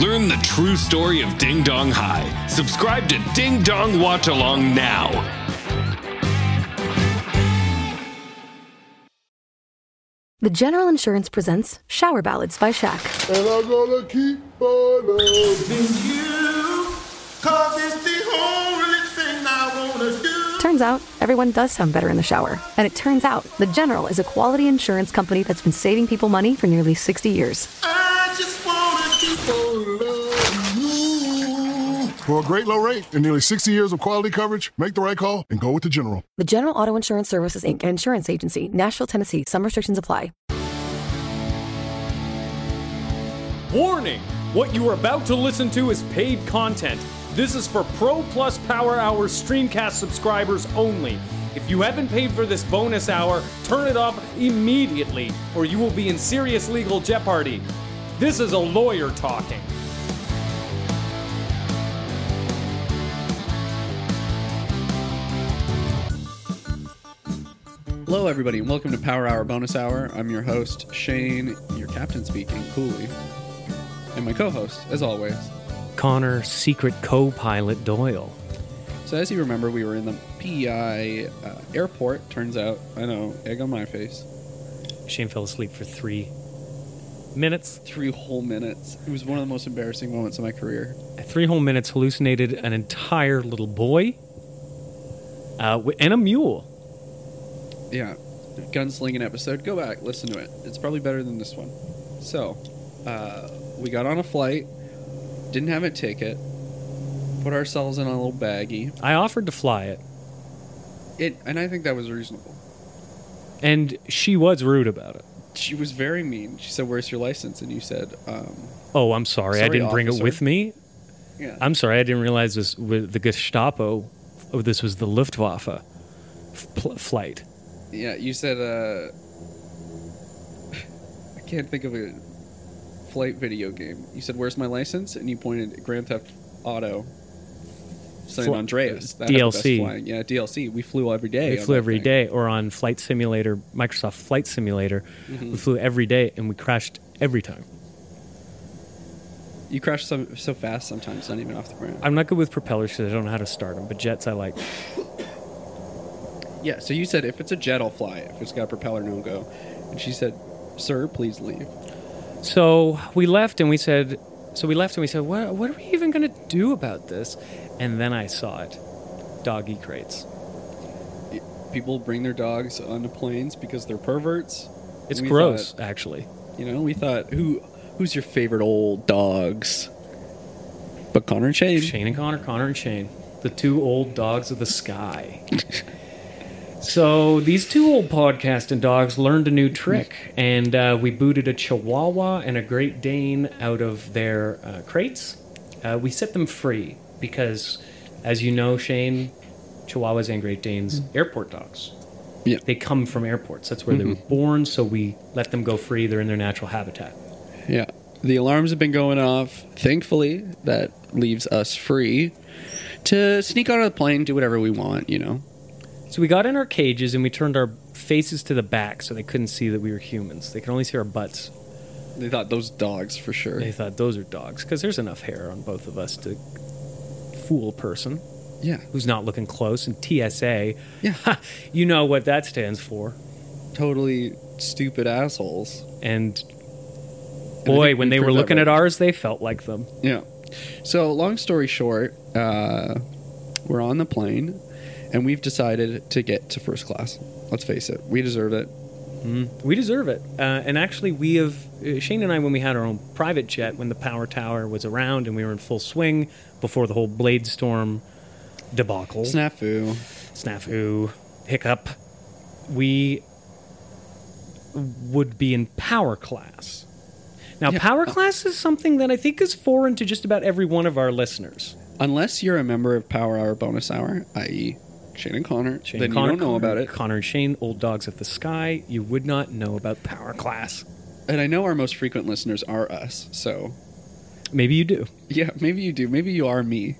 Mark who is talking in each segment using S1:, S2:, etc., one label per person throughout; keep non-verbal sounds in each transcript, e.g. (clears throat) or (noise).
S1: Learn the true story of Ding Dong High. Subscribe to Ding Dong Watch Along now.
S2: The General Insurance presents Shower Ballads by Shaq.
S3: And I'm gonna keep on uh, loving
S4: you. Cause it's the only thing I wanna do.
S2: Turns out, everyone does sound better in the shower. And it turns out, The General is a quality insurance company that's been saving people money for nearly 60 years.
S4: I just wanna keep on loving you.
S3: For a great low rate and nearly 60 years of quality coverage, make the right call and go with the General.
S2: The General Auto Insurance Services, Inc., an insurance agency, Nashville, Tennessee. Some restrictions apply.
S5: Warning! What you are about to listen to is paid content. This is for Pro Plus Power Hour Streamcast subscribers only. If you haven't paid for this bonus hour, turn it off immediately, or you will be in serious legal jeopardy. This is a lawyer talking.
S6: Hello, everybody, and welcome to Power Hour Bonus Hour. I'm your host, Shane, your captain speaking, Cooley, and my co host, as always.
S7: Connor, secret co pilot Doyle.
S6: So, as you remember, we were in the PEI uh, airport. Turns out, I know, egg on my face.
S7: Shane fell asleep for three minutes.
S6: Three whole minutes. It was one of the most embarrassing moments of my career.
S7: At Three whole minutes hallucinated an entire little boy uh, wi- and a mule.
S6: Yeah, gunslinging episode. Go back, listen to it. It's probably better than this one. So, uh, we got on a flight, didn't have a ticket, put ourselves in a little baggie.
S7: I offered to fly it,
S6: It, and I think that was reasonable.
S7: and she was rude about it.
S6: She was very mean. She said, "Where's your license?" And you said, um,
S7: Oh, I'm sorry, I
S6: Sorry,
S7: didn't bring it
S6: officer.
S7: with me.
S6: "Yeah."
S7: I'm sorry, I didn't realize this was the Gestapo. Oh, this was the Luftwaffe f- pl- flight.
S6: Yeah, you said uh I can't think of a flight video game. You said where's my license? And you pointed at Grand Theft Auto San
S7: Fl-
S6: Andreas. That had the best
S7: DLC.
S6: flying. Yeah, DLC. We flew every day.
S7: We
S6: on
S7: flew
S6: that
S7: every
S6: thing.
S7: day, or on Flight Simulator, Microsoft Flight Simulator.
S6: Mm-hmm.
S7: We flew every day, and we crashed every time.
S6: You crashed so, so fast sometimes, not even off the ground.
S7: I'm not good with propellers because I don't know how to start them, but jets I like.
S6: yeah, so you said if it's a jet I'll fly. If it's got a propeller, no go. And she said, Sir, please leave.
S7: So we left and we said, so we left and we said, what, what are we even going to do about this? And then I saw it doggy crates.
S6: People bring their dogs onto planes because they're perverts.
S7: It's
S6: We
S7: gross,
S6: thought-
S7: actually.
S6: You know, we thought who who's your favorite old dogs? But Connor and Shane.
S7: Shane and Connor, Connor and Shane, the two old dogs of the sky. so these two old podcasting dogs learned a new trick, and uh, we booted a Chihuahua and a Great Dane out of their uh, crates. Uh, we set them free because, as you know, Shane, Chihuahuas and Great Danes, airport dogs.
S6: Mm. Yeah. Mm-hmm.
S7: They come from airports. That's where they were born, so we let them go free. They're in their natural habitat.
S6: Yeah. The alarms have been going off. Thankfully, that leaves us free to sneak out of the plane, do whatever we want, you know.
S7: So we got in our cages and we turned our faces to the back so they couldn't see that we were humans. They could only see our butts.
S6: They thought those dogs for sure.
S7: They thought those are dogs because there's enough hair on both of us to fool a person
S6: Yeah.
S7: who's not looking close. And TSA,
S6: Yeah.
S7: (laughs) you know what that stands for.
S6: Totally stupid assholes.
S7: And
S6: I
S7: boy,
S6: think
S7: when
S6: we
S7: they were
S6: proved that
S7: looking at
S6: right.
S7: ours, they felt like them.
S6: Yeah. So, long story short, uh, we're on the plane and we've decided to get to first class. Let's face it, we deserved it.
S7: We deserve it. Uh, and actually, we have uh, Shane and I, when we had our own private jet, when the power tower was around and we were in full swing before the whole blade storm debacle.
S6: Snafu.
S7: snafu, hiccup, we would be in power class. Now,
S6: Yeah. uh,
S7: power class is something that I think is foreign to just about every one of our listeners.
S6: Unless you're a member of Power Hour Bonus Hour, i.e., Shane and Connor,
S7: Shane
S6: then
S7: Connor-
S6: you don't know about it.
S7: Connor and Shane, Old Dogs of the Sky. You would not know about Power Class.
S6: And I know our most frequent listeners are us, so
S7: Maybe you do.
S6: yeah, maybe you do. Maybe you are me.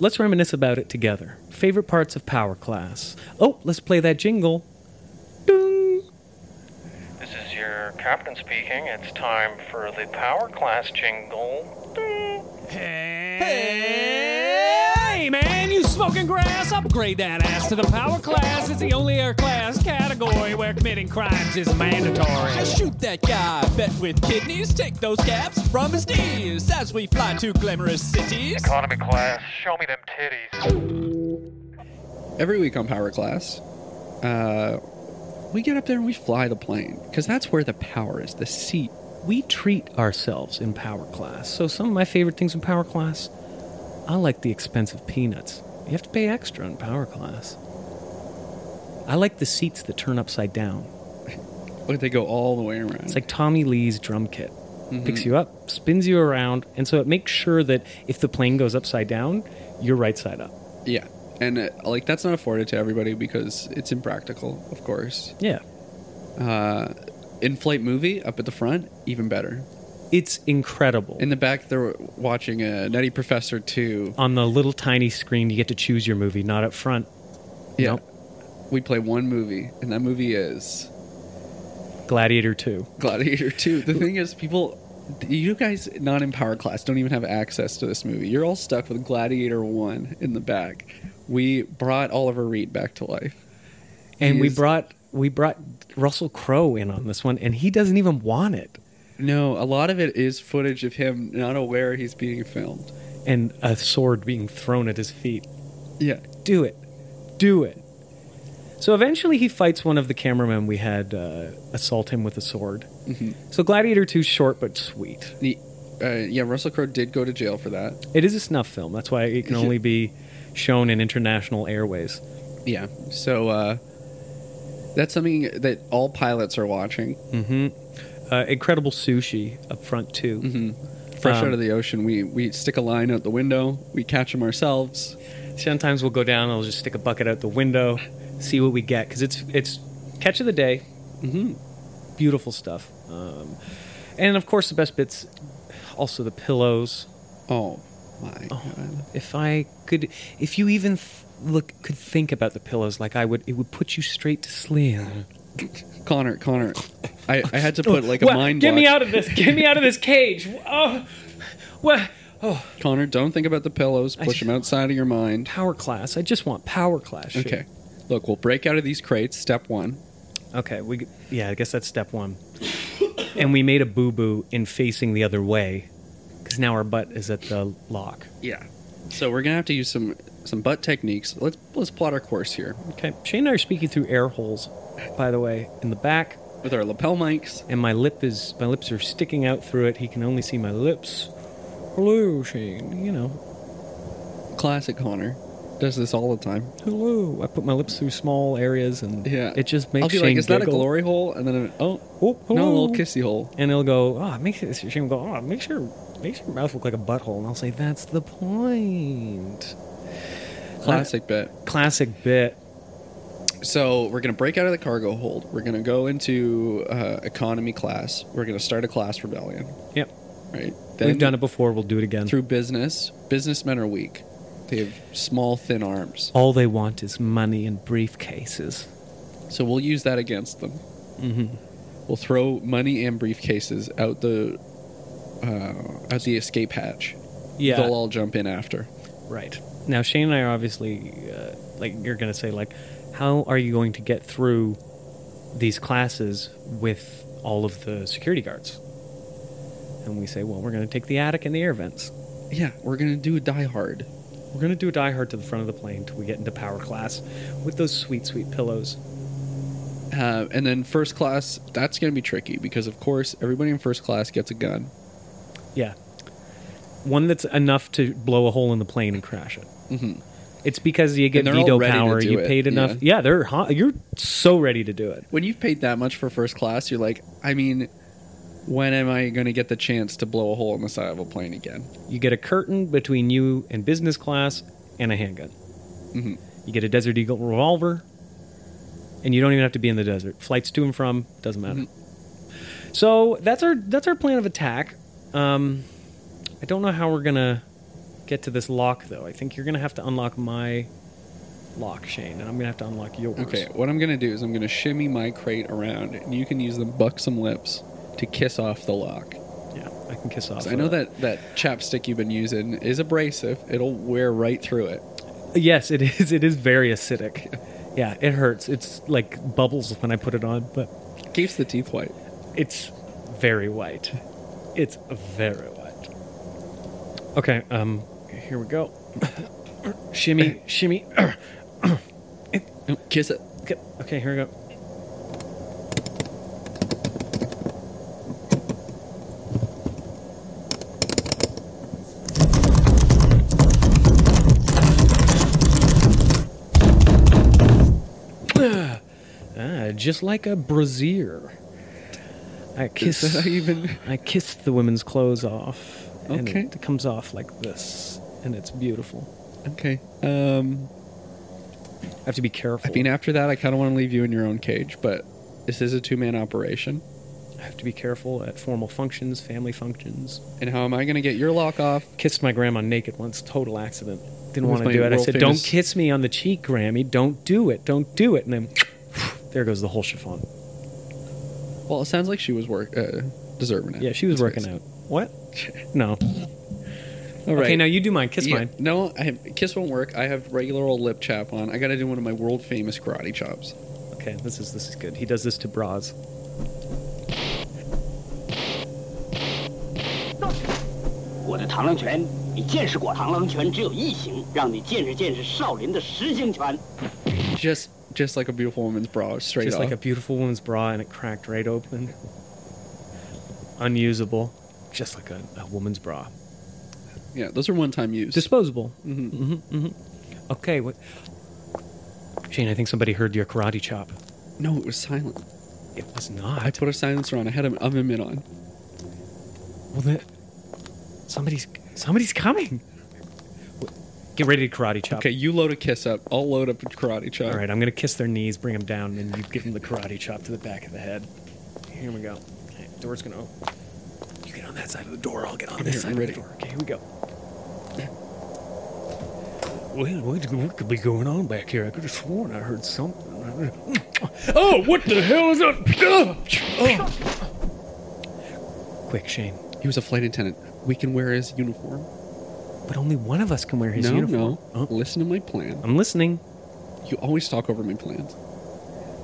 S7: Let's reminisce about it together. Favorite parts of Power Class. Oh, let's play that jingle. Ding.
S8: This is your captain speaking. It's time for the power class jingle.
S5: Hey, man, you smoking grass? Upgrade that ass to the power class. It's the only air class category where committing crimes is mandatory.
S9: Shoot that guy, bet with kidneys, take those caps from his knees as we fly to glamorous cities.
S8: Economy class, show me them titties.
S6: Every week on Power Class, uh, we get up there and we fly the plane because that's where the power is, the seat.
S7: We treat ourselves in Power Class. So some of my favorite things in Power Class, I like the expensive peanuts. You have to pay extra in Power Class. I like the seats that turn upside down.
S6: Look, they go all the way around.
S7: It's like Tommy Lee's drum kit. Picks you up, spins you around, and so it makes sure that if the plane goes upside down, you're right side up.
S6: yeah, and uh, like that's not afforded to everybody because it's impractical, of course.
S7: Yeah.
S6: In-flight movie up at the front, even better.
S7: It's incredible.
S6: In the back, they're watching a Nutty Professor two.
S7: on the little tiny screen, you get to choose your movie, not up front.
S6: Yeah,
S7: Nope.
S6: we play one movie, and that movie is
S7: Gladiator 2.
S6: Gladiator (laughs) 2. The thing is, people, you guys not in power class don't even have access to this movie. You're all stuck with Gladiator 1 in the back. We brought Oliver Reed back to life.
S7: And we
S6: He's-
S7: brought we brought Russell Crowe in on this one, and he doesn't even want it.
S6: No, a lot of it is footage of him not aware he's being filmed.
S7: And a sword being thrown at his feet.
S6: Yeah.
S7: Do it. Do it. So eventually he fights one of the cameramen we had uh, assault him with a sword. So Gladiator 2 's short but sweet.
S6: The, uh, yeah, Russell Crowe did go to jail for that.
S7: It is a snuff film. That's why it can only be shown in international airways.
S6: Yeah. So, uh, that's something that all pilots are watching.
S7: Uh, incredible sushi up front too.
S6: Fresh
S7: Um,
S6: out of the ocean, we, we stick a line out the window, we catch them ourselves.
S7: Sometimes we'll go down and we'll just stick a bucket out the window, see what we get because it's it's catch of the day. Mm-hmm. Beautiful stuff, um, and of course the best bits. Also the pillows.
S6: Oh, my God.
S7: If I could, if you even th- look could think about the pillows like I would, it would put you straight to sleep.
S6: Connor, Connor, I, I had to put like a
S7: Well,
S6: mind
S7: get
S6: block.
S7: me out of this! Get me out of this cage! Oh, what? Oh,
S6: Connor, don't think about the pillows. Push them outside of your mind.
S7: power class! I just want power class. shit.
S6: Okay. Look, we'll break out of these crates. Step one.
S7: Okay, we yeah, I guess that's step one. and we made a boo boo in facing the other way because now our butt is at the lock.
S6: Yeah. So we're gonna have to use some some butt techniques. Let's let's plot our course here
S7: Okay, Shane and I are speaking through air holes, by the way, in the back,
S6: with our lapel mics.
S7: and my lip is my lips are sticking out through it. He can only see my lips. Hello, Shane. You know,
S6: Classic Connor does this all the time.
S7: hello. I put my lips through small areas, and
S6: Yeah.
S7: it just makes
S6: I'll be
S7: Shane
S6: like, is that a
S7: giggle.
S6: glory hole? And then i oh, no,
S7: Oh,
S6: a
S7: hello.
S6: little kissy hole.
S7: and it'll go, oh, make sure, Shane will go, oh, make sure, make sure your mouth look like a butthole. And I'll say, that's the point.
S6: Classic bit.
S7: Classic bit.
S6: So we're gonna break out of the cargo hold. We're gonna go into uh, economy class. We're gonna start a class rebellion.
S7: Yep.
S6: Right.
S7: We've done it before. We'll do it again.
S6: through business. Businessmen are weak. They have small, thin arms.
S7: All they want is money and briefcases.
S6: So we'll use that against them. Mm-hmm. We'll throw money and briefcases out the uh, out the escape hatch.
S7: Yeah.
S6: They'll all jump in after.
S7: Right. Now, Shane and I are obviously, uh, like, you're going to say, like, how are you going to get through these classes with all of the security guards? And we say, well, we're going to take the attic and the air vents.
S6: Yeah, we're gonna do a die hard.
S7: We're going to do a die hard to the front of the plane till we get into power class with those sweet, sweet pillows.
S6: Uh, and then first class, that's gonna be tricky because of course everybody in first class gets a gun.
S7: Yeah. One that's enough to blow a hole in the plane and crash it. Mm-hmm. It's because you get
S6: And they're all
S7: veto
S6: ready to
S7: power.
S6: do
S7: You
S6: it,
S7: paid enough. Yeah, they're hot. You're so ready to do it.
S6: When you've paid that much for first class, you're like, I mean, When am I going to get the chance to blow a hole in the side of a plane again?
S7: You get a curtain between you and business class and a handgun.
S6: Mm-hmm.
S7: You get a Desert Eagle revolver, and you don't even have to be in the desert. Flights to and from doesn't matter.
S6: Mm-hmm.
S7: So that's our that's our plan of attack. Um, I don't know how we're gonna get to this lock though. I think you're gonna have to unlock my lock, Shane, and I'm gonna have to unlock yours.
S6: Okay, what I'm going to do is I'm going to shimmy my crate around, and you can use the buxom lips to kiss off the lock.
S7: Yeah, I can kiss off.
S6: So I know
S7: uh,
S6: that that chapstick you've been using is abrasive. It'll wear right through it.
S7: Yes, it (laughs) is. It is very acidic. Yeah, it hurts. It's like bubbles when I put it on, but
S6: Keeps the teeth white.
S7: it's very white. It's very white. Okay, um, here we go. (coughs) shimmy, shimmy.
S6: Kiss it.
S7: Okay, okay, here we go. (sighs) Ah, just like a brazier. I kiss.
S6: Is that even?
S7: I kiss the women's clothes off, and
S6: Okay.
S7: it comes off like this, and it's beautiful.
S6: Okay. Um,
S7: I have to be careful.
S6: I mean, after that, I kind of want to leave you in your own cage, but this is a two-man operation.
S7: I have to be careful at formal functions, family functions.
S6: And how am I going to get your lock off?
S7: Kissed my grandma naked once, total accident. Didn't
S6: With
S7: want
S6: my
S7: to do it. I
S6: world
S7: said,
S6: famous-
S7: "Don't kiss me on the cheek, Grammy. Don't do it. Don't do it." And then (sniffs) there goes the whole chiffon.
S6: Well, it sounds like she was work uh, deserving it.
S7: Yeah, she was working out. What? No.
S6: All right.
S7: Okay, now you do mine. Kiss
S6: Yeah,
S7: mine.
S6: No, I have, kiss won't work. I have regular old lip chap on. I got to do one of my world famous karate chops.
S7: Okay, this is this is good. He does this to bras.
S6: Just just like a beautiful woman's bra, straight
S7: Just
S6: off.
S7: like a beautiful woman's bra, and it cracked right open. Unusable, just like a, a woman's bra.
S6: yeah, those are one time use.
S7: Disposable. Mm-hmm. Mm-hmm, mm-hmm. Okay. What? Shane, I think somebody heard your karate chop.
S6: no, it was silent.
S7: It was
S6: I
S7: not.
S6: put a silencer on. I had an oven mitt on.
S7: Well, the, somebody's somebody's coming. Get ready to karate chop.
S6: Okay, you load a kiss up. I'll load up a karate chop.
S7: All right, I'm gonna kiss their knees, bring them down, and you give them the karate chop to the back of the head. Here we go. Okay, door's gonna open. You get on that side of the door. I'll get on this
S6: here,
S7: side
S6: I'm
S7: of
S6: ready.
S7: the door. Okay, here we go. Well, what, what could be going on back here? I could have sworn I heard something. Oh, what the hell is that? Ugh. Oh. Quick, Shane.
S6: He was a flight attendant. We can wear his uniform.
S7: But only one of us can wear his
S6: no,
S7: uniform.
S6: no.
S7: Huh?
S6: Listen to my plan.
S7: I'm listening.
S6: You always talk over my plans.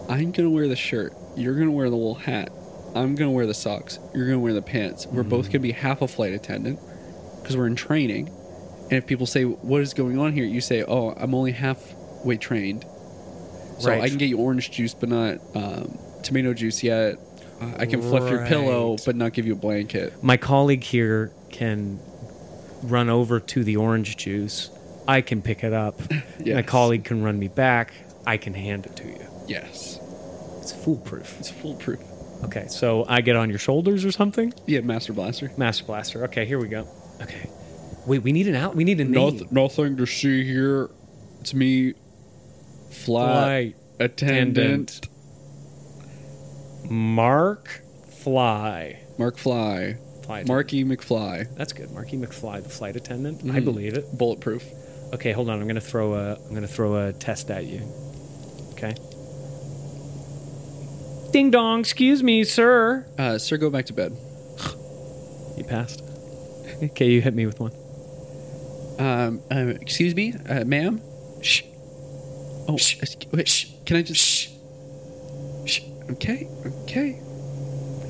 S6: I'm gonna wear the shirt. You're gonna wear the little hat. I'm gonna wear the socks. You're gonna wear the pants. We're
S7: Mm-hmm.
S6: both gonna be half a flight attendant because we're in training. And if people say, "What is going on here?" you say, "Oh, I'm only halfway trained, so
S7: Right.
S6: I can get you orange juice, but not um, tomato juice yet. Uh, I can fluff your pillow,
S7: Right.
S6: but not give you a blanket."
S7: my colleague here can run over to the orange juice. I can pick it
S6: (clears throat)
S7: up. My
S6: Yes.
S7: colleague can run me back. I can hand it to you.
S6: Yes,
S7: It's foolproof.
S6: it's foolproof.
S7: Okay, so I get on your shoulders or something.
S6: Yeah, Master Blaster.
S7: Master Blaster. Okay, here we go. Okay. Wait, we need an out. We need a name.
S6: Noth- nothing to see here. It's me, fly,
S7: Flight
S6: attendant.
S7: Mark Fly.
S6: Mark Fly,
S7: Fly.
S6: Marky McFly,
S7: That's good. Marky McFly, the flight attendant. I
S6: Mm-hmm.
S7: believe it.
S6: bulletproof.
S7: Okay, hold on. I'm gonna throw a. I'm gonna throw a test at you. Okay. Ding dong. Excuse me, sir.
S6: Uh, sir, go back to bed.
S7: You passed. (laughs) Okay, you hit me with one.
S6: Um, uh, excuse me, uh, ma'am.
S7: Shh.
S6: Oh,
S7: Shh.
S6: ex- wait,
S7: Shh.
S6: Can I just?
S7: Shh. Shh.
S6: Okay, okay.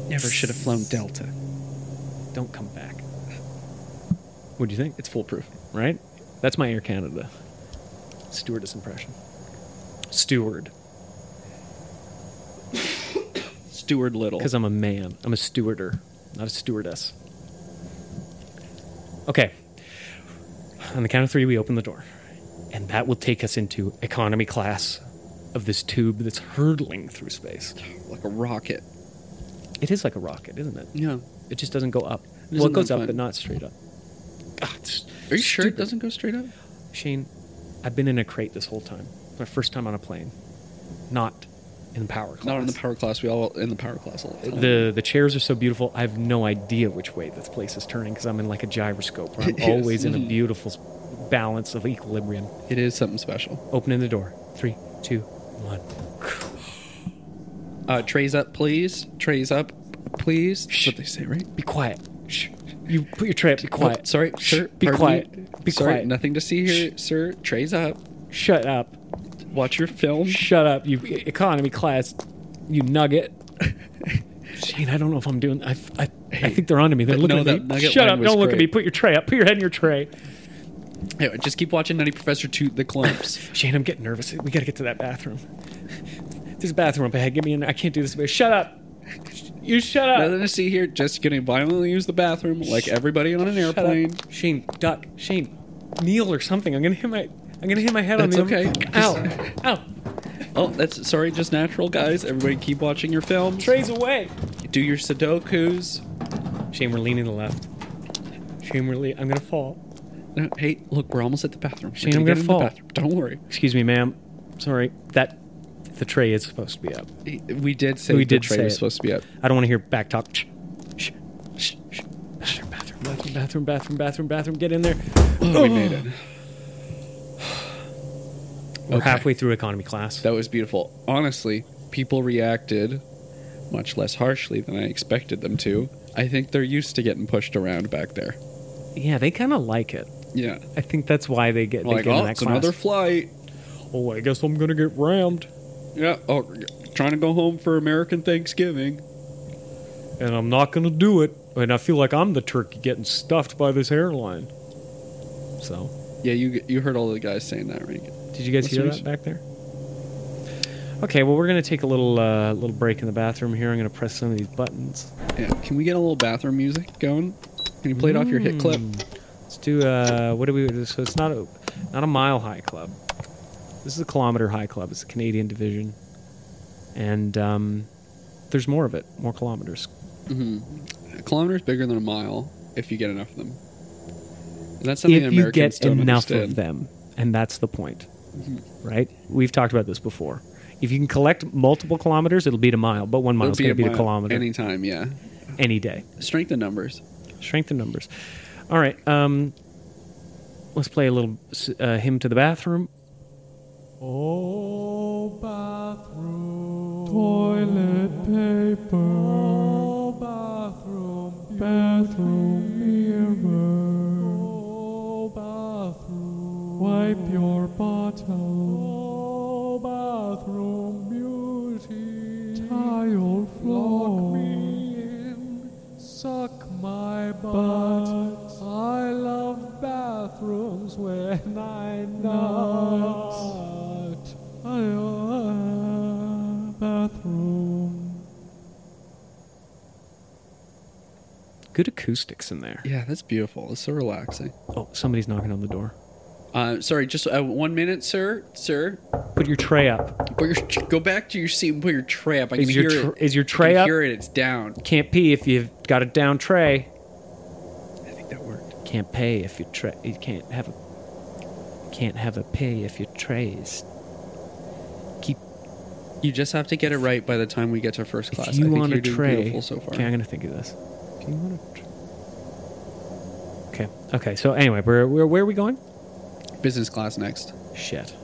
S6: Never should have flown Delta.
S7: Don't come back. What do you think?
S6: It's foolproof.
S7: Right? That's my Air Canada stewardess impression. Steward,
S6: Steward Little.
S7: because I'm a man. I'm a stewarder, not a stewardess. Okay. On the count of three, we open the door, and that will take us into economy class of this tube that's hurtling through space.
S6: like a rocket.
S5: It is like a rocket, isn't it?
S6: Yeah.
S5: It just doesn't go up. well,
S6: Isn't
S5: it goes
S6: that
S5: up,
S6: fun?
S5: but not straight up. God,
S6: Are you sure it doesn't go straight up?
S5: Shane, I've been in a crate this whole time. My first time on a plane, not in power class.
S6: Not on the power class. We all in the power class. A lot.
S5: The the chairs are so beautiful. I have no idea which way this place is turning because I'm in like a gyroscope. Where I'm
S6: (laughs) Yes. Mm-hmm.
S5: always in a beautiful s- balance of equilibrium.
S6: it is something special.
S5: Opening the door. Three, two, one.
S6: Uh, trays up, please. Trays up, please. That's what they say, right?
S5: Be quiet. Shh. You put your tray up. Be quiet.
S6: Oh, sorry,
S5: Shh.
S6: sir.
S5: Be
S6: pardon
S5: quiet.
S6: me.
S5: Be
S6: sorry,
S5: quiet.
S6: Nothing to see here, sir. Trays up.
S5: Shut up.
S6: Watch your film.
S5: Shut up. You economy class. You nugget. (laughs) Shane, I don't know if I'm doing. I, I, I think they're onto me. They're
S6: But
S5: looking
S6: no,
S5: at
S6: that
S5: me.
S6: nugget
S5: Shut
S6: line
S5: up!
S6: was
S5: Don't look at
S6: great.
S5: me. Put your tray up. Put your head in your tray.
S6: Anyway, just keep watching Nutty Professor to
S5: (laughs)
S6: the clumps.
S5: Shane, I'm getting nervous. We gotta get to that bathroom. There's a bathroom up ahead. Get me in. there. I can't do this. Shut up. You shut up.
S6: Nothing to see here. Just gonna violently use the bathroom like everybody on an
S5: Shut up.
S6: airplane.
S5: Shane, duck. Shane, kneel or something. I'm gonna hit my. I'm gonna hit my head on
S6: That's
S5: the.
S6: okay.
S5: (laughs) Ow! Ow!
S6: Oh, that's sorry, just natural, guys. Everybody keep watching your films.
S5: Trays away.
S6: (laughs) Do your Sudokus.
S5: Shane, we're leaning to the left. Shane, we're. Le- I'm gonna fall.
S6: No, Uh, hey, look, we're almost at the bathroom. We're
S5: Shane, I'm
S6: get
S5: gonna
S6: in the
S5: fall.
S6: bathroom. Don't worry.
S5: Excuse me, ma'am. Sorry. That. The tray is supposed to be up.
S6: We did say
S5: We
S6: the
S5: did
S6: tray
S5: say
S6: was
S5: it.
S6: supposed to
S5: (gasps)
S6: be up.
S5: I don't want to hear back talk. Shh. Shh. Shh. Shh. Bathroom, bathroom, bathroom, bathroom, bathroom, bathroom, bathroom. Get in there.
S6: Oh, we made it.
S5: We're halfway through economy class.
S6: That was beautiful. Honestly, people reacted much less harshly than I expected them to. I think they're used to getting pushed around back there.
S5: Yeah, they kind of like it.
S6: Yeah.
S5: I think that's why they get, they
S6: like,
S5: get in
S6: oh,
S5: that
S6: it's
S5: class.
S6: another flight.
S5: oh, I guess I'm gonna get rammed,
S6: Yeah. Oh, trying to go home for American Thanksgiving.
S5: and I'm not gonna do it. And I feel like I'm the turkey getting stuffed by this airline. So,
S6: Yeah, you you heard all the guys saying that, right?
S5: did you guys hear
S6: Listeners?
S5: that back there? Okay, well, we're gonna take a little uh, little break in the bathroom here. I'm gonna press some of these buttons.
S6: Yeah. Can we get a little bathroom music going? Can you play it off your hit clip?
S5: Let's do uh, what do we? So it's not a not a mile high club. This is a kilometer high club. It's the Canadian division, and um, there's more of it, more kilometers.
S6: A kilometer is bigger than a mile if you get enough of them. And that's something
S5: if you
S6: Americans
S5: get
S6: don't
S5: enough
S6: understand. Mm-hmm.
S5: of them, and that's the point, right? We've talked about this before. If you can collect multiple kilometers, it'll beat a mile, but one mile's
S6: It'll
S5: going to beat a
S6: mile
S5: kilometer any,
S6: Anytime, yeah.
S5: day.
S6: Strength in numbers.
S5: Strength in numbers. All right, um, let's play a little uh, hymn to the bathroom. Good acoustics in there.
S6: Yeah, that's beautiful. It's so relaxing.
S5: Oh, somebody's knocking on the door.
S6: Uh, sorry, just uh, one minute, sir. Sir,
S5: Put your tray up.
S6: put your go back to your seat and put your tray up. I can
S5: Is your
S6: hear
S5: tr-
S6: it.
S5: is your
S6: I
S5: tray
S6: can
S5: up?
S6: Hear it. It's down.
S5: Can't pee if you've got a down tray.
S6: I think that worked.
S5: Can't pay if your tray. You can't have a. Can't have a pay if your tray is. Keep
S6: You just have to get it right by the time we get to first class.
S5: if you
S6: I think
S5: want
S6: you're
S5: a
S6: doing
S5: tray.
S6: beautiful so far.
S5: Okay, I'm gonna think of this. Do you want a? Tr- okay. Okay. So anyway, we're, we're where are we going?
S6: Business class next.
S5: Shit.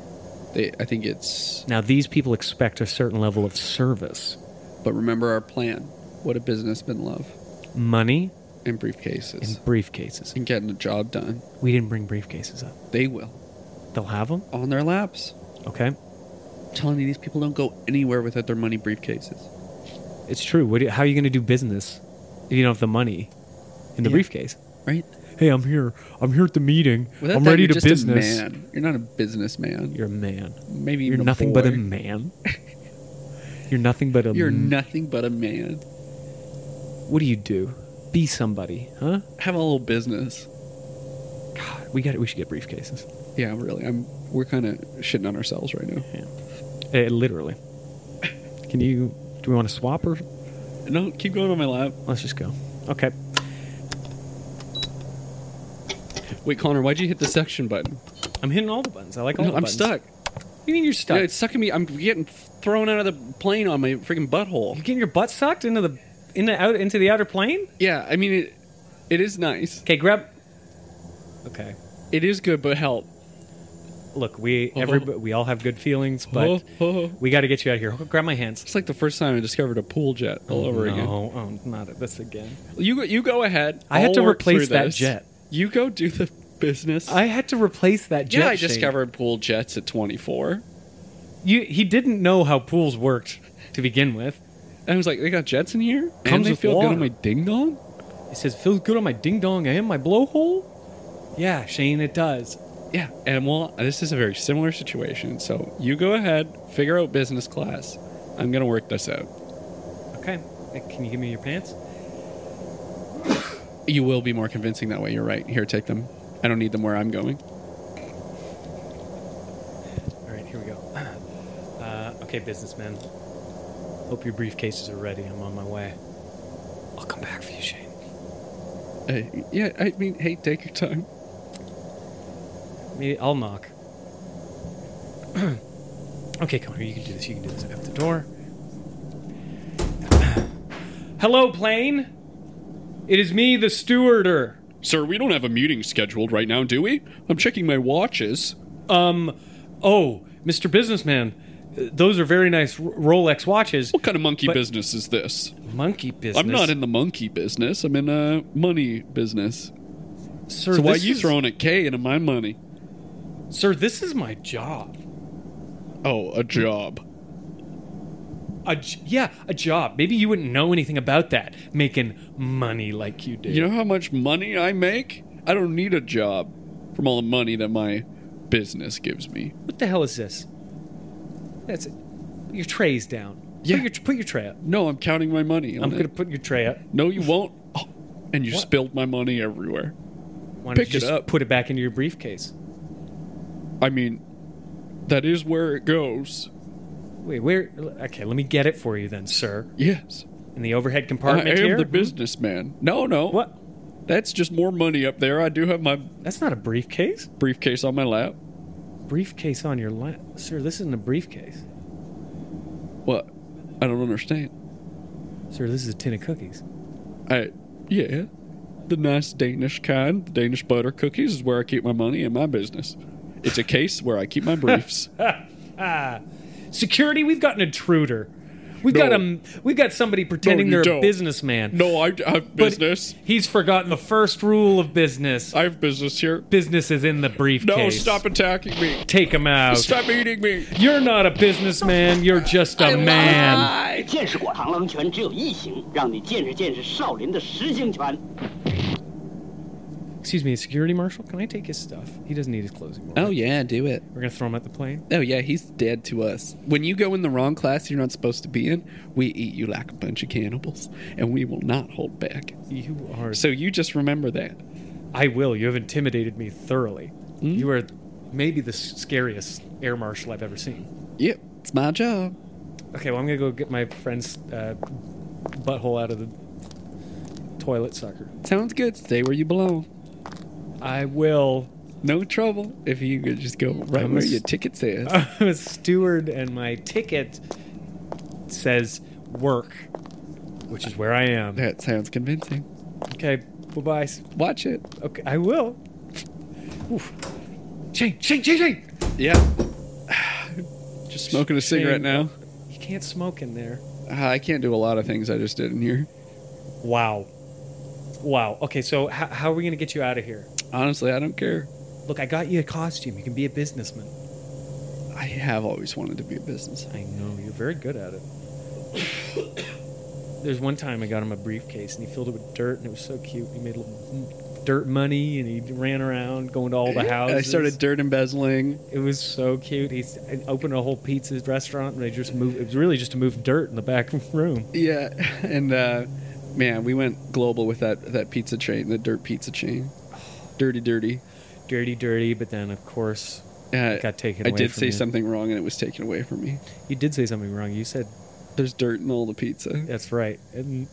S6: They, I think it's.
S5: Now these people expect a certain level of service,
S6: But remember our plan. What a businessman love
S5: money,
S6: in briefcases
S5: and briefcases.
S6: and getting a job done.
S5: We didn't bring briefcases up.
S6: They will
S5: They'll have them.
S6: on their laps.
S5: Okay.
S6: I'm telling you, these people don't go anywhere without their money briefcases.
S5: It's true. What? do you- how are you going to do business if you don't have the money in the
S6: Yeah.
S5: briefcase?
S6: Right?
S5: Hey, I'm here. I'm here at the meeting.
S6: Without
S5: I'm
S6: that,
S5: ready
S6: you're
S5: to
S6: just
S5: business.
S6: A man. You're not a businessman.
S5: You're a man.
S6: maybe
S5: You're
S6: even a
S5: nothing but a
S6: boy.
S5: man. You're nothing but a.
S6: You're
S5: m-
S6: nothing but a man.
S5: What do you do? Be somebody, huh?
S6: Have a little business.
S5: God, we got. We should get briefcases.
S6: Yeah, really. I'm. We're kind of shitting on ourselves right now.
S5: Eh, literally. Can you? Do we want to swap or
S6: No, keep going on my lap.
S5: Let's just go. Okay.
S6: Wait, Connor, why'd you hit the section button?
S5: I'm hitting all the buttons. I like all
S6: No,
S5: the
S6: I'm
S5: buttons.
S6: stuck.
S5: You mean you're stuck?
S6: Yeah, it's sucking me. I'm getting thrown out of the plane on my freaking butthole.
S5: You're getting your butt sucked into the in the out into the outer plane?
S6: Yeah, I mean it. It is nice.
S5: Okay, grab. Okay.
S6: It is good, but help.
S5: Look, we
S6: (laughs)
S5: every we all have good feelings, but we got to get you out of here. Grab my hands.
S6: It's like the first time I discovered a pool jet all over
S5: no,
S6: again.
S5: oh, not this again.
S6: You go, you go ahead.
S5: I had
S6: I'll
S5: to
S6: work through
S5: replace that
S6: this.
S5: jet.
S6: You go do the business.
S5: I had to replace that jet.
S6: yeah, I
S5: shape.
S6: discovered pool jets at 24.
S5: you. He didn't know how pools worked to begin with.
S6: And I was like, they got jets in here.
S5: Comes
S6: and they
S5: with
S6: feel good
S5: water.
S6: on my ding dong.
S5: He says, "Feels good on my ding dong and my blowhole." Yeah, Shane, it does.
S6: Yeah, and well, this is a very similar situation. So you go ahead, figure out business class. I'm gonna work this out.
S5: Okay, Uh, can you give me your pants?
S6: You will be more convincing that way. You're right. Here, take them. I don't need them where I'm going.
S5: All right, here we go. (clears throat) Uh, okay, businessman. Hope your briefcases are ready. I'm on my way. I'll come back for you, Shane.
S6: Uh, yeah, I mean, hey, take your time.
S5: Maybe I'll knock. okay, come here. You can do this. You can do this. Out the door. (clears throat) Hello, plane. It is me, the stewarder.
S6: Sir, we don't have a meeting scheduled right now, do we? I'm checking my watches.
S5: Um, oh, Mr. Businessman, uh, those are very nice R- Rolex watches.
S6: What kind of monkey
S5: But-
S6: business is this?
S5: Monkey business.
S6: I'm not in the monkey business. I'm in a money business.
S5: Sir,
S6: so why
S5: this
S6: you
S5: is-
S6: throwing a K into my money?
S5: Sir, this is my job.
S6: Oh, a job.
S5: A j- yeah, a job. Maybe you wouldn't know anything about that, making money like you do.
S6: You know how much money I make? I don't need a job from all the money that my business gives me.
S5: what the hell is this? That's it. Put Your tray's down.
S6: Yeah.
S5: Put your, put your tray up.
S6: No, I'm counting my money. on
S5: I'm
S6: it.
S5: gonna put your tray up.
S6: No, you won't. Oh, and you spilled my money everywhere.
S5: Why don't
S6: Pick
S5: you
S6: it
S5: just
S6: up.
S5: put it back into your briefcase?
S6: I mean, that is where it goes.
S5: Wait, where? Okay, let me get it for you then, sir.
S6: Yes.
S5: In the overhead
S6: I
S5: compartment
S6: am
S5: here.
S6: the businessman. No, no.
S5: What?
S6: That's just more money up there. I do have my
S5: That's not a briefcase.
S6: briefcase on my lap.
S5: Briefcase on your lap, sir. This isn't a briefcase,
S6: What? I don't understand.
S5: sir. This is a tin of cookies.
S6: I, yeah. The nice Danish kind, the Danish butter cookies is where I keep my money in my business. It's a case where I keep my (laughs) briefs.
S5: Security, we've got an intruder. We've got a we've got somebody pretending
S6: you
S5: they're a
S6: don't.
S5: businessman.
S6: no, I, I have
S5: But
S6: business.
S5: he's forgotten the first rule of business.
S6: I have business here.
S5: business is in the
S6: No,
S5: briefcase.
S6: stop attacking me.
S5: Take him out.
S6: Stop eating me.
S5: You're not a businessman. You're just a man.
S10: 见识过螳螂拳只有一形，让你见识见识少林的十形拳。
S5: Excuse me, security marshal. Can I take his stuff? He doesn't need his clothes anymore.
S6: Oh, yeah, do it.
S5: We're gonna throw him at the plane.
S6: Oh, yeah, he's dead to us. When you go in the wrong class you're not supposed to be in, we eat you like a bunch of cannibals, and we will not hold back.
S5: You are.
S6: So you just remember that.
S5: I will. You have intimidated me thoroughly.
S6: Hmm?
S5: You are maybe the s- scariest air marshal I've ever seen.
S6: Yep, it's my job.
S5: Okay, well, I'm gonna go get my friend's uh, butthole out of the toilet sucker.
S6: Sounds good. Stay where you belong.
S5: I will.
S6: No trouble if you could just go right
S5: I'm a
S6: where
S5: s-
S6: your ticket says.
S5: I'm (laughs) a steward, and my ticket says work, which is where I am.
S6: that sounds convincing.
S5: Okay, bye bye.
S6: Watch it.
S5: Okay, I will. Oof. Shane, Shane, Shane, Shane!
S6: Yeah. just smoking a cigarette now.
S5: You can't smoke in there.
S6: Ah, I can't do a lot of things I just did in here.
S5: Wow. Wow. Okay, so how, how are we gonna get you out of here?
S6: Honestly, I don't care.
S5: Look, I got you a costume. You can be a businessman.
S6: I have always wanted to be a business.
S5: I know you're very good at it. There's one time I got him a briefcase and he filled it with dirt and it was so cute. He made little mm, dirt money and he ran around going to all the houses.
S6: (laughs) I started dirt embezzling.
S5: It was so cute. He s- I opened a whole pizza restaurant and they just moved. It was really just to move dirt in the back (laughs) room.
S6: Yeah, (laughs) and uh, man, we went global with that that pizza chain, the dirt pizza chain, dirty, dirty.
S5: Dirty, dirty. But then of course
S6: Uh,
S5: Got taken
S6: I
S5: away
S6: did
S5: from
S6: say
S5: you.
S6: something wrong, and it was taken away from me.
S5: you did say something wrong. You said
S6: There's dirt in all the pizza.
S5: That's right. And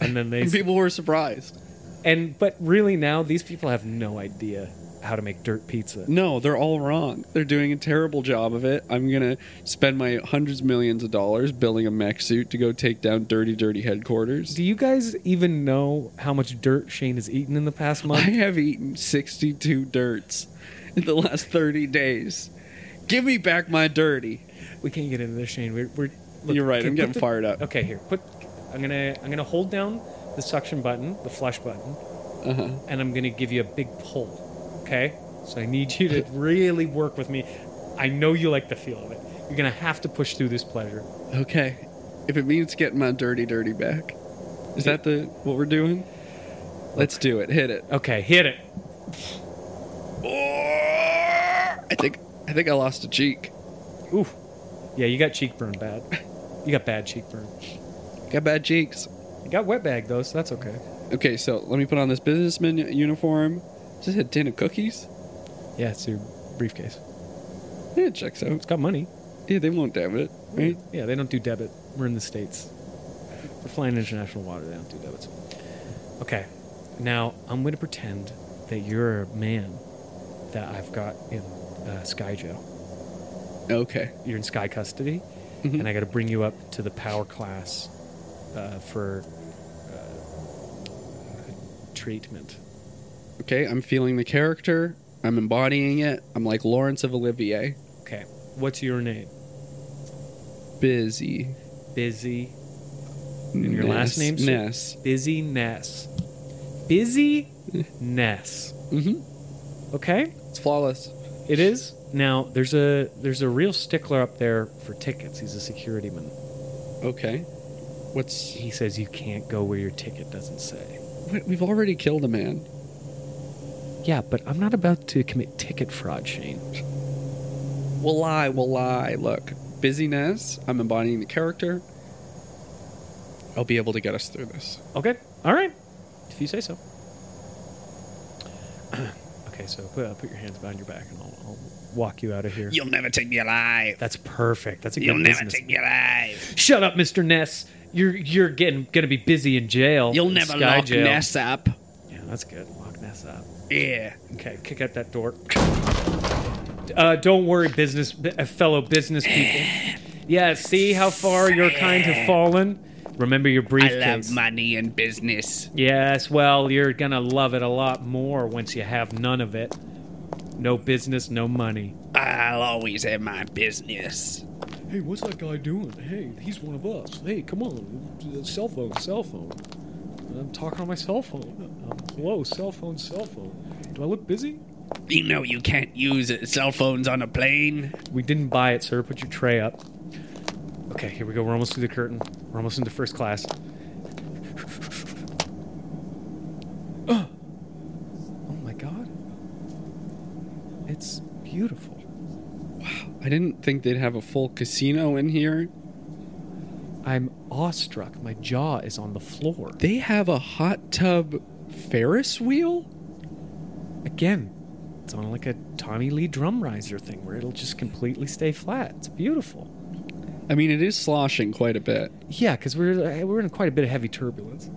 S5: and
S6: (laughs)
S5: then they
S6: And people were surprised.
S5: and but really now these people have no idea how to make dirt pizza.
S6: No, they're all wrong. They're doing a terrible job of it. I'm gonna spend my hundreds of millions of dollars building a mech suit to go take down dirty, dirty headquarters.
S5: Do you guys even know how much dirt Shane has eaten in the past
S6: I
S5: month?
S6: have eaten 62 dirts in the last 30 days. Give me back my dirty.
S5: we can't get into this, Shane. We're, we're
S6: You're right,
S5: okay,
S6: I'm
S5: put
S6: getting
S5: the-
S6: fired up.
S5: Okay, here. Put. I'm gonna. I'm gonna hold down the suction button, the flush button, and I'm gonna give you a big pull. Okay. So I need you to really work with me. I know you like the feel of it. You're gonna have to push through this pleasure.
S6: Okay. If it means getting my dirty, dirty back, is that the what we're doing? Let's do it. Hit it.
S5: Okay, hit it.
S6: I think I think I lost a cheek.
S5: Ooh. Yeah, you got cheekburn bad. You got bad cheekburn.
S6: Got bad cheeks.
S5: You got wet bag though, so that's okay.
S6: Okay, so let me put on this businessman uniform. Is this a tin of cookies?
S5: Yeah, it's your briefcase.
S6: Yeah, it checks out.
S5: It's got money.
S6: Yeah, they won't damn it, right?
S5: Yeah, they don't do debit. We're in the States. We're flying international water. They don't do debits. Okay. Now, I'm going to pretend that you're a man that I've got in uh, Sky Jail.
S6: Okay.
S5: You're in Sky Custody, and I got to bring you up to the power class uh, for uh, treatment.
S6: Okay, I'm feeling the character. I'm embodying it. I'm like Lawrence of Olivier.
S5: Okay. What's your name?
S6: Busy.
S5: Busy. And your last name?
S6: Ness-
S5: sir?
S6: Ness.
S5: Busy Ness. Busy Ness.
S6: Mm-hmm.
S5: Okay.
S6: It's flawless.
S5: It is. Now there's a there's a real stickler up there for tickets. He's a security man.
S6: Okay. What's
S5: He says you can't go where your ticket doesn't say.
S6: Wait, we've already killed a man.
S5: Yeah, but I'm not about to commit ticket fraud, Shane.
S6: We'll lie, we'll lie. Look, busyness. I'm embodying the character. I'll be able to get us through this.
S5: Okay. All right. If you say so. okay, so put, uh, put your hands behind your back, and I'll, I'll walk you out of here.
S6: You'll never take me alive.
S5: That's perfect. That's a good
S6: You'll never
S5: business-
S6: take me alive.
S5: Shut up, Mr. Ness. You're you're getting gonna be busy in jail.
S6: You'll
S5: in
S6: never
S5: Sky
S6: lock
S5: jail.
S6: Ness up.
S5: Yeah, that's good. Lock Ness up.
S6: Yeah.
S5: Okay, kick out that door. Uh, don't worry, business, b- uh, fellow business people. Yeah, see how far your kind have fallen. Remember your briefcase.
S6: money and business.
S5: yes, well, you're gonna love it a lot more once you have none of it. No business, no money.
S6: I'll always have my business.
S5: Hey, what's that guy doing? Hey, he's one of us. Hey, come on, cell phone, cell phone. I'm talking on my cell phone. Whoa, cell phone, cell phone. Do I look busy?
S6: You know you can't use cell phones on a plane.
S5: We didn't buy it, sir. Put your tray up. Okay, here we go. We're almost through the curtain. We're almost into first class. (gasps) Ugh. oh my god. It's beautiful.
S6: I didn't think they'd have a full casino in here.
S5: I'm awestruck. My jaw is on the floor.
S6: They have a hot tub Ferris wheel?
S5: Again, it's on like a Tommy Lee drum riser thing where it'll just completely stay flat. It's beautiful.
S6: I mean, it is sloshing quite a bit.
S5: Yeah, because we're, we're in quite a bit of heavy turbulence.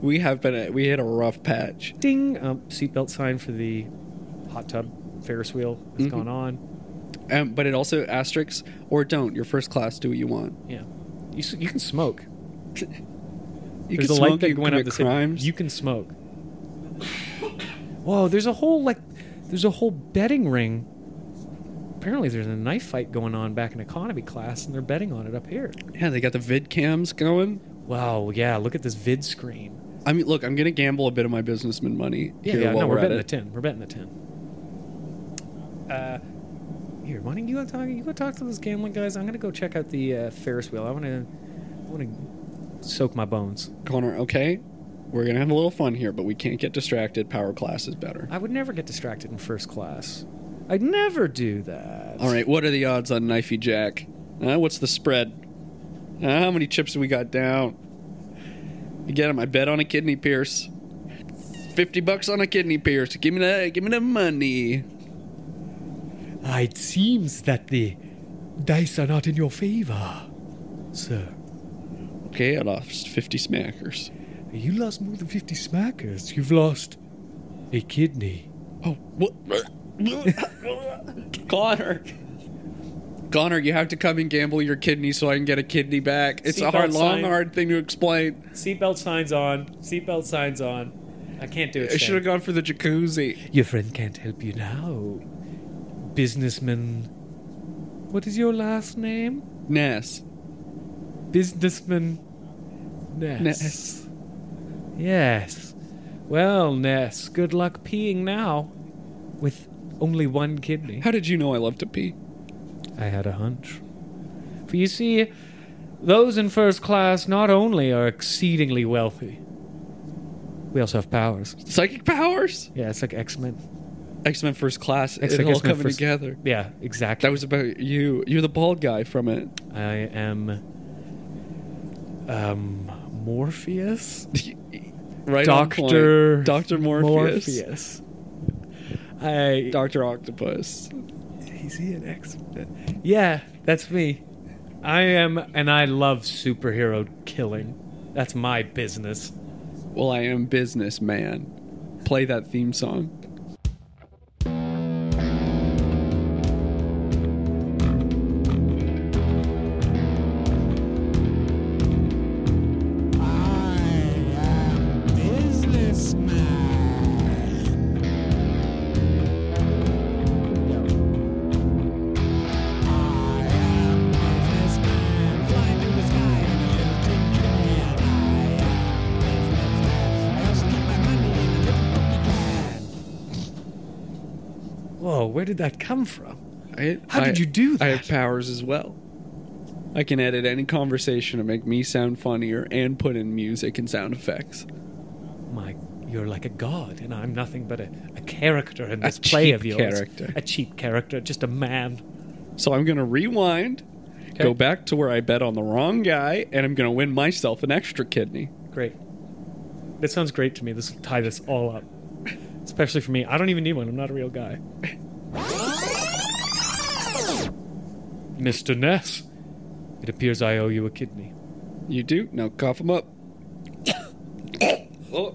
S6: we have been a, we hit a rough patch.
S5: Ding! Um, seatbelt sign for the hot tub Ferris wheel has gone on.
S6: Um, but it also asterisks or don't. Your first class, do what you want.
S5: Yeah, you, s- you can smoke.
S6: You
S5: there's
S6: can
S5: a
S6: smoke,
S5: light that
S6: you
S5: went up
S6: commit
S5: that said,
S6: crimes.
S5: You can smoke. Whoa, there's a whole like, there's a whole betting ring. Apparently, there's a knife fight going on back in economy class, and they're betting on it up here.
S6: yeah, they got the vid cams going.
S5: Wow, yeah, look at this vid screen.
S6: I mean, look, I'm gonna gamble a bit of my businessman money
S5: Yeah,
S6: here
S5: yeah,
S6: while
S5: no,
S6: we're,
S5: we're
S6: at
S5: betting the
S6: it.
S5: ten. We're betting the ten. Uh, here, why don't you go talk? You go talk to those gambling guys. I'm gonna go check out the uh, Ferris wheel. I wanna, I wanna soak my bones.
S6: Connor, okay, we're gonna have a little fun here, but we can't get distracted. Power class is better.
S5: I would never get distracted in first class. I'd never do that.
S6: All right, what are the odds on Knifey Jack? Uh, what's the spread? Uh, how many chips have we got down? Again, I bet on a kidney pierce. Fifty bucks on a kidney pierce. Give me that. Give me the money.
S5: It seems that the dice are not in your favor.
S11: Sir,
S6: Okay, I lost 50 smackers.
S11: you lost more than 50 smackers. You've lost a kidney.
S6: Oh, what? (laughs) Connor. Connor, you have to come and gamble your kidney so I can get a kidney back. It's a
S5: Seatbelt
S6: hard, long,
S5: sign.
S6: hard thing to explain.
S5: Seatbelt signs on. Seatbelt signs on. I can't do it.
S6: I should have gone for the jacuzzi.
S11: Your friend can't help you now. Businessman. What is your last name?
S6: Ness.
S11: Businessman Ness. Yes. Well, Ness, good luck peeing now with only one kidney.
S6: How did you know I love to pee?
S11: I had a hunch. For you see, those in first class not only are exceedingly wealthy, we also have powers.
S6: Psychic powers?
S11: Yeah, it's like X Men.
S6: X Men First Class. It's all coming together.
S11: Yeah, exactly.
S6: That was about you. You're the bald guy from it.
S11: I am um, Morpheus?
S6: Right on point.
S11: Doctor
S6: Dr. Morpheus.
S11: Morpheus. I
S6: Dr. Octopus.
S11: Is he an X? Yeah, that's me. I am, and I love superhero killing. That's my business.
S6: Well, I am businessman. Play that theme song.
S11: Whoa, where did that come from?
S6: I,
S11: How
S6: I-
S11: did you do
S6: I have
S11: that?
S6: powers as well. I can edit any conversation to make me sound funnier and put in music and sound effects.
S11: My, you're like a god, and I'm nothing but a, a character in
S6: A
S11: this play
S6: cheap
S11: of yours.
S6: character.
S11: A cheap character, just a man.
S6: So I'm going to rewind, go back to where I bet on the wrong guy, and I'm going to win myself an extra kidney.
S5: Great. This sounds great to me. This will tie this all up. Especially for me. I don't even need one. I'm not a real
S6: (laughs)
S5: guy.
S11: Mr. Ness, it appears I owe you a kidney.
S6: You do? Now cough them
S8: (coughs)
S6: up. Oh.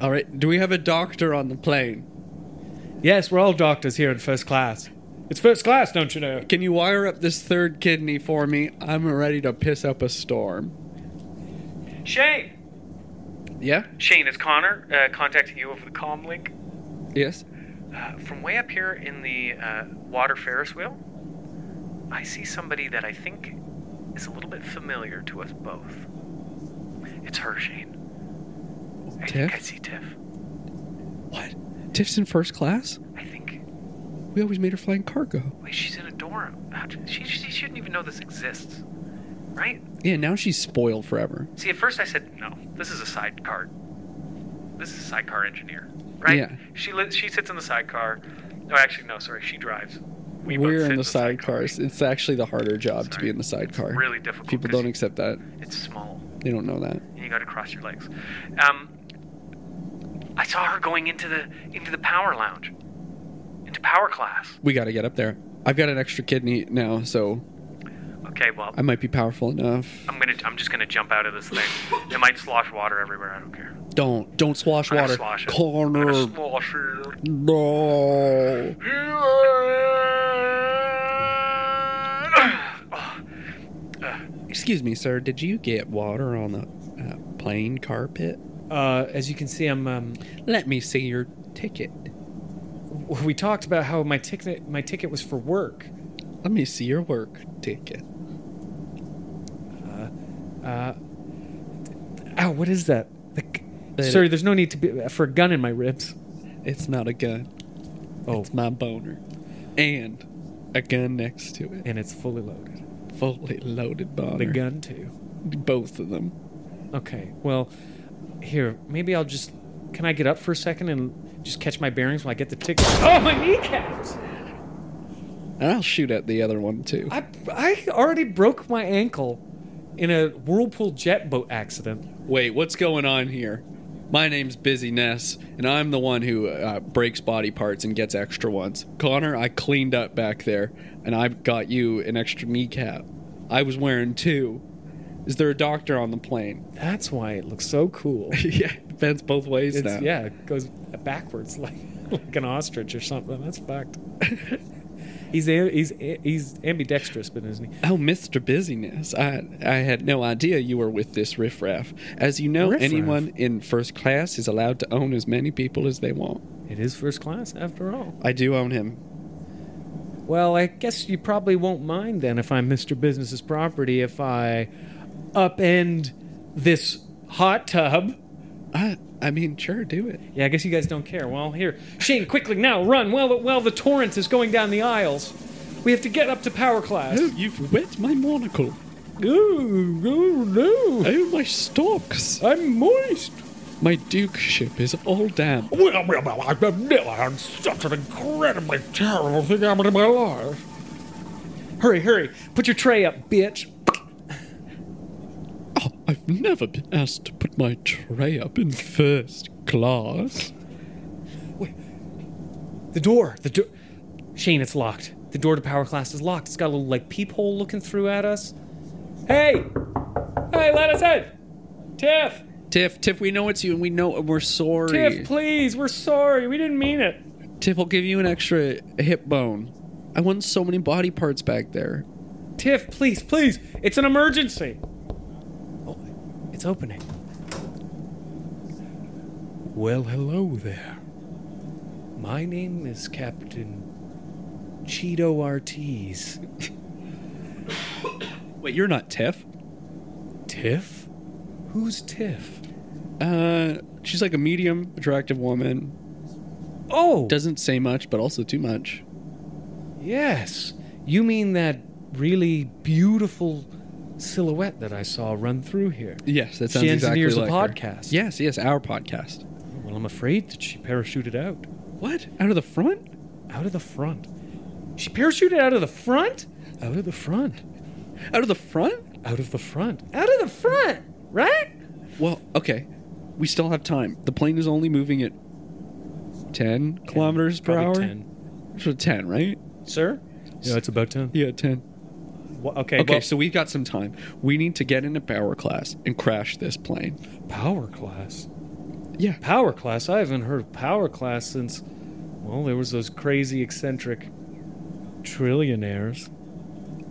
S6: All right. Do we have a doctor on the plane?
S5: Yes, we're all doctors here in first class. It's first class, don't you know?
S6: Can you wire up this third kidney for me? I'm ready to piss up a storm.
S5: Shane!
S6: Yeah?
S5: Shane, is Connor uh, contacting you over the comm link?
S6: Yes?
S8: Uh, from way up here in the uh, water Ferris wheel, I see somebody that I think is a little bit familiar to us both. It's her, Shane. I think I
S6: Tiff?
S8: see Tiff.
S6: What? Tiff's in first class?
S8: I think.
S6: We always made her flying cargo.
S8: Wait, she's in a dorm. How did- she, she shouldn't even know this exists, right?
S6: Yeah, now she's spoiled forever.
S8: See, at first I said no. This is a sidecar. This is a sidecar engineer, right?
S6: Yeah.
S8: She li- she sits in the sidecar. No, actually, no. Sorry, she drives. We both
S6: We're
S8: sit
S6: in the
S8: sidecar.
S6: sidecars. It's actually the harder job to be in the sidecar.
S8: really difficult
S6: People
S8: 'cause
S6: don't
S8: you-
S6: accept that.
S8: It's small,
S6: They don't know that.
S8: and you got to cross your legs. Um, I saw her going into the into the power lounge, into power class.
S6: We got to get up there. I've got an extra kidney now, so
S8: Okay, well,
S6: I might be powerful enough.
S8: I'm gonna I'm just gonna jump out of this thing. it might slosh water everywhere. I don't care.
S6: Don't don't swash
S8: I'm gonna
S6: water.
S8: slosh it. I'm
S6: Corner.
S8: gonna slosh it.
S6: No.
S8: Oh,
S6: Excuse me, sir. Did you get water on the uh, plane carpet?
S5: Uh, as you can see, I'm. Um,
S6: Let me see your ticket.
S5: w- we talked about how my ticket my ticket was for work.
S6: Let me see your work ticket.
S5: Ow, Oh, what is that? The, c-
S6: That-
S5: sir, there's no need to be uh, for a gun in my ribs.
S6: It's not a gun.
S5: Oh.
S6: It's my boner. And a gun next to it.
S5: And it's fully loaded.
S6: Fully loaded boner.
S5: The gun too.
S6: Both of them.
S5: Okay. Well, here, maybe I'll just. Can I get up for a second and just catch my bearings when I get the ticket? Oh, my kneecaps!
S6: And I'll shoot at the other one too.
S5: I, I already broke my ankle in a whirlpool jet boat accident.
S6: Wait, what's going on here? My name's Busy Ness, and I'm the one who uh, breaks body parts and gets extra ones. Connor, I cleaned up back there, and I've got you an extra kneecap. I was wearing two. Is there a doctor on the plane? (laughs)
S5: That's why it looks so cool.
S6: yeah, it bends both ways
S5: It's,
S6: now.
S5: yeah, it goes backwards (laughs) like like an ostrich or something. That's fucked. he's a, he's a, he's ambidextrous, but isn't he?
S6: Oh, Mr. Busyness, I I had no idea you were with this riffraff. As you know,
S5: Riffraff?
S6: anyone in first class is allowed to own as many people as they want.
S5: It is first class after all.
S6: I do own him.
S5: Well, I guess you probably won't mind then if I'm Mr. Business's property if I upend this hot tub.
S6: I I mean, sure, do it.
S5: Yeah, I guess you guys don't care. Well, here, Shane, quickly now, run! Well, well, the torrent is going down the aisles. We have to get up to power class.
S6: Oh, you've wet my monocle.
S5: Ooh, ooh, no!
S6: Oh, my stalks.
S5: I'm moist.
S6: My dukeship is all damp.
S11: Well, well, well, I've never had such an incredibly terrible thing happen in my life.
S5: Hurry, hurry! Put your tray up, bitch.
S6: Oh, I've never been asked to put my tray up in first class.
S5: The door. The door. Shane, it's locked. The door to power class is locked. It's got a little like peephole looking through at us. Hey, hey, let us in. Tiff,
S6: Tiff, Tiff, we know it's you and we know and we're sorry.
S5: Tiff, please. We're sorry. We didn't mean it.
S6: Tiff, I'll give you an extra hip bone. I won so many body parts back there.
S5: Tiff, please, please. It's an emergency. Oh, it's opening. Well, hello there. My name is Captain Cheeto Ortiz.
S6: Wait, you're not Tiff?
S5: Tiff? Who's Tiff?
S6: Uh, she's like a medium attractive woman.
S5: Oh,
S6: Doesn't say much, but also too much.
S5: yes. You mean that really beautiful silhouette that I saw run through here?
S6: Yes, that
S5: She
S6: sounds exactly
S5: engineers a
S6: like her.
S5: podcast.
S6: Yes, yes, our podcast.
S5: Well, I'm afraid that she parachuted out.
S6: What? Out of the front?
S5: Out of the front. She parachuted out of the front? Out of the front.
S6: Out of the front?
S5: Out of the front. Out of the front, right?
S6: Well, okay. We still have time. The plane is only moving at 10 kilometers per hour?
S5: Probably 10.
S6: So 10, right?
S5: Sir? Yeah, it's about 10.
S6: Yeah, 10.
S5: okay,
S6: Okay,
S5: well,
S6: so we've got some time. We need to get into power class and crash this plane.
S5: power class.
S6: Yeah.
S5: Power class? I haven't heard of power class since, well, there was those crazy eccentric trillionaires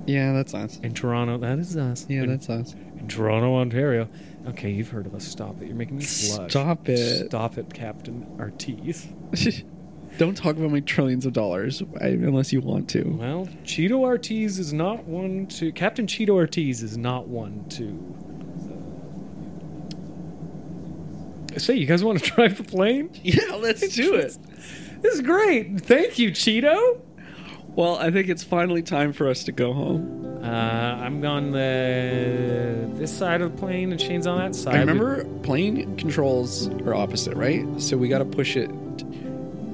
S6: Yeah, that's us.
S5: in Toronto. That is us.
S6: Yeah,
S5: in,
S6: that's us.
S5: in Toronto, Ontario. Okay, you've heard of us. Stop it. You're making me blush.
S6: Stop it.
S5: Stop it, Captain Ortiz.
S6: (laughs) Don't talk about my trillions of dollars I- unless you want to.
S5: Well, Cheeto Ortiz is not one to. Captain Cheeto Ortiz is not one to. uh, Say, you guys want to (laughs) drive the plane?
S6: (laughs) Yeah, let's do it.
S5: This is great. Thank you, Cheeto.
S6: Well, I think it's finally time for us to go home.
S5: Uh, I'm on the this side of the plane, and Shane's on that side.
S6: I remember plane controls are opposite, right? So we got to push it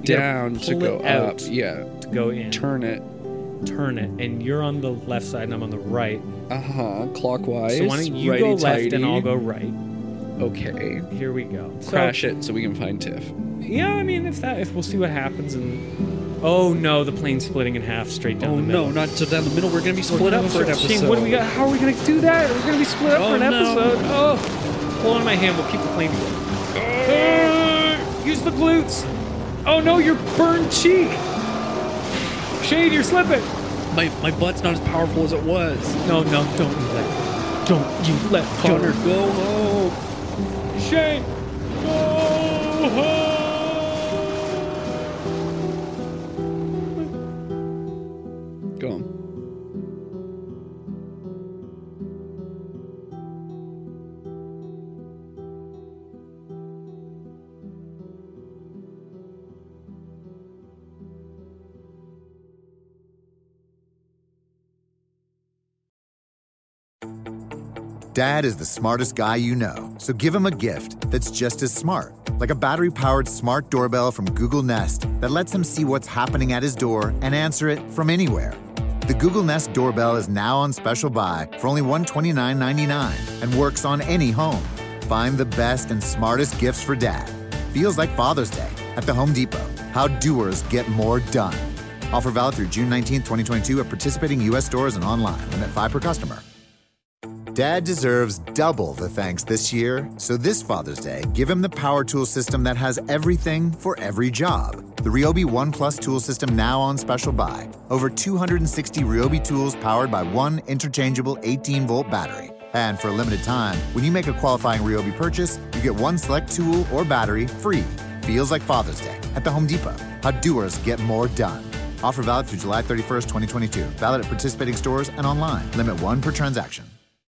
S6: down to
S5: pull
S6: go
S5: it
S6: up.
S5: out.
S6: Yeah,
S5: We to go in, turn,
S6: turn it.
S5: it, and you're on the left side, and I'm on the right.
S6: Uh huh. Clockwise.
S5: so why don't you go left, and I'll go right?
S6: Okay.
S5: Here we go. So-
S6: Crash it so we can find Tiff.
S5: Yeah, I mean, if that, if we'll see what happens, and oh no, the plane's splitting in half straight down
S6: Oh
S5: the middle.
S6: no, not so down the middle. We're gonna be
S5: We're
S6: split up
S5: gonna
S6: for an
S5: start-
S6: episode.
S5: Shane, what do we got? How are we gonna do that? We're gonna be split up
S6: Oh,
S5: for an
S6: no.
S5: episode. Oh, hold on to my hand. We'll keep the plane together. Uh, use the glutes. Oh no, your burned cheek. Shane, you're slipping.
S6: My my butt's not as powerful as it was.
S5: No, no, don't you let, don't you let
S6: Connor,
S5: Connor.
S6: go home.
S5: Shane, Oh, go home.
S6: Go home.
S7: Dad is the smartest guy you know, so give him a gift that's just as smart, like a battery powered smart doorbell from Google Nest that lets him see what's happening at his door and answer it from anywhere. The Google Nest doorbell is now on special buy for only $129.99 and works on any home. Find the best and smartest gifts for dad. Feels like Father's Day at the Home Depot. How doers get more done. Offer valid through June 19, 2022 at participating U.S. stores and online. Limit 5 per customer. Dad deserves double the thanks this year, so this Father's Day, give him the power tool system that has everything for every job. The Ryobi One Plus tool system now on special buy. Over 260 Ryobi tools powered by one interchangeable 18 volt battery. And for a limited time, when you make a qualifying Ryobi purchase, you get one select tool or battery free. Feels like Father's Day at the Home Depot. How doers get more done. Offer valid through July 31st, 2022. Valid at participating stores and online. Limit one per transaction.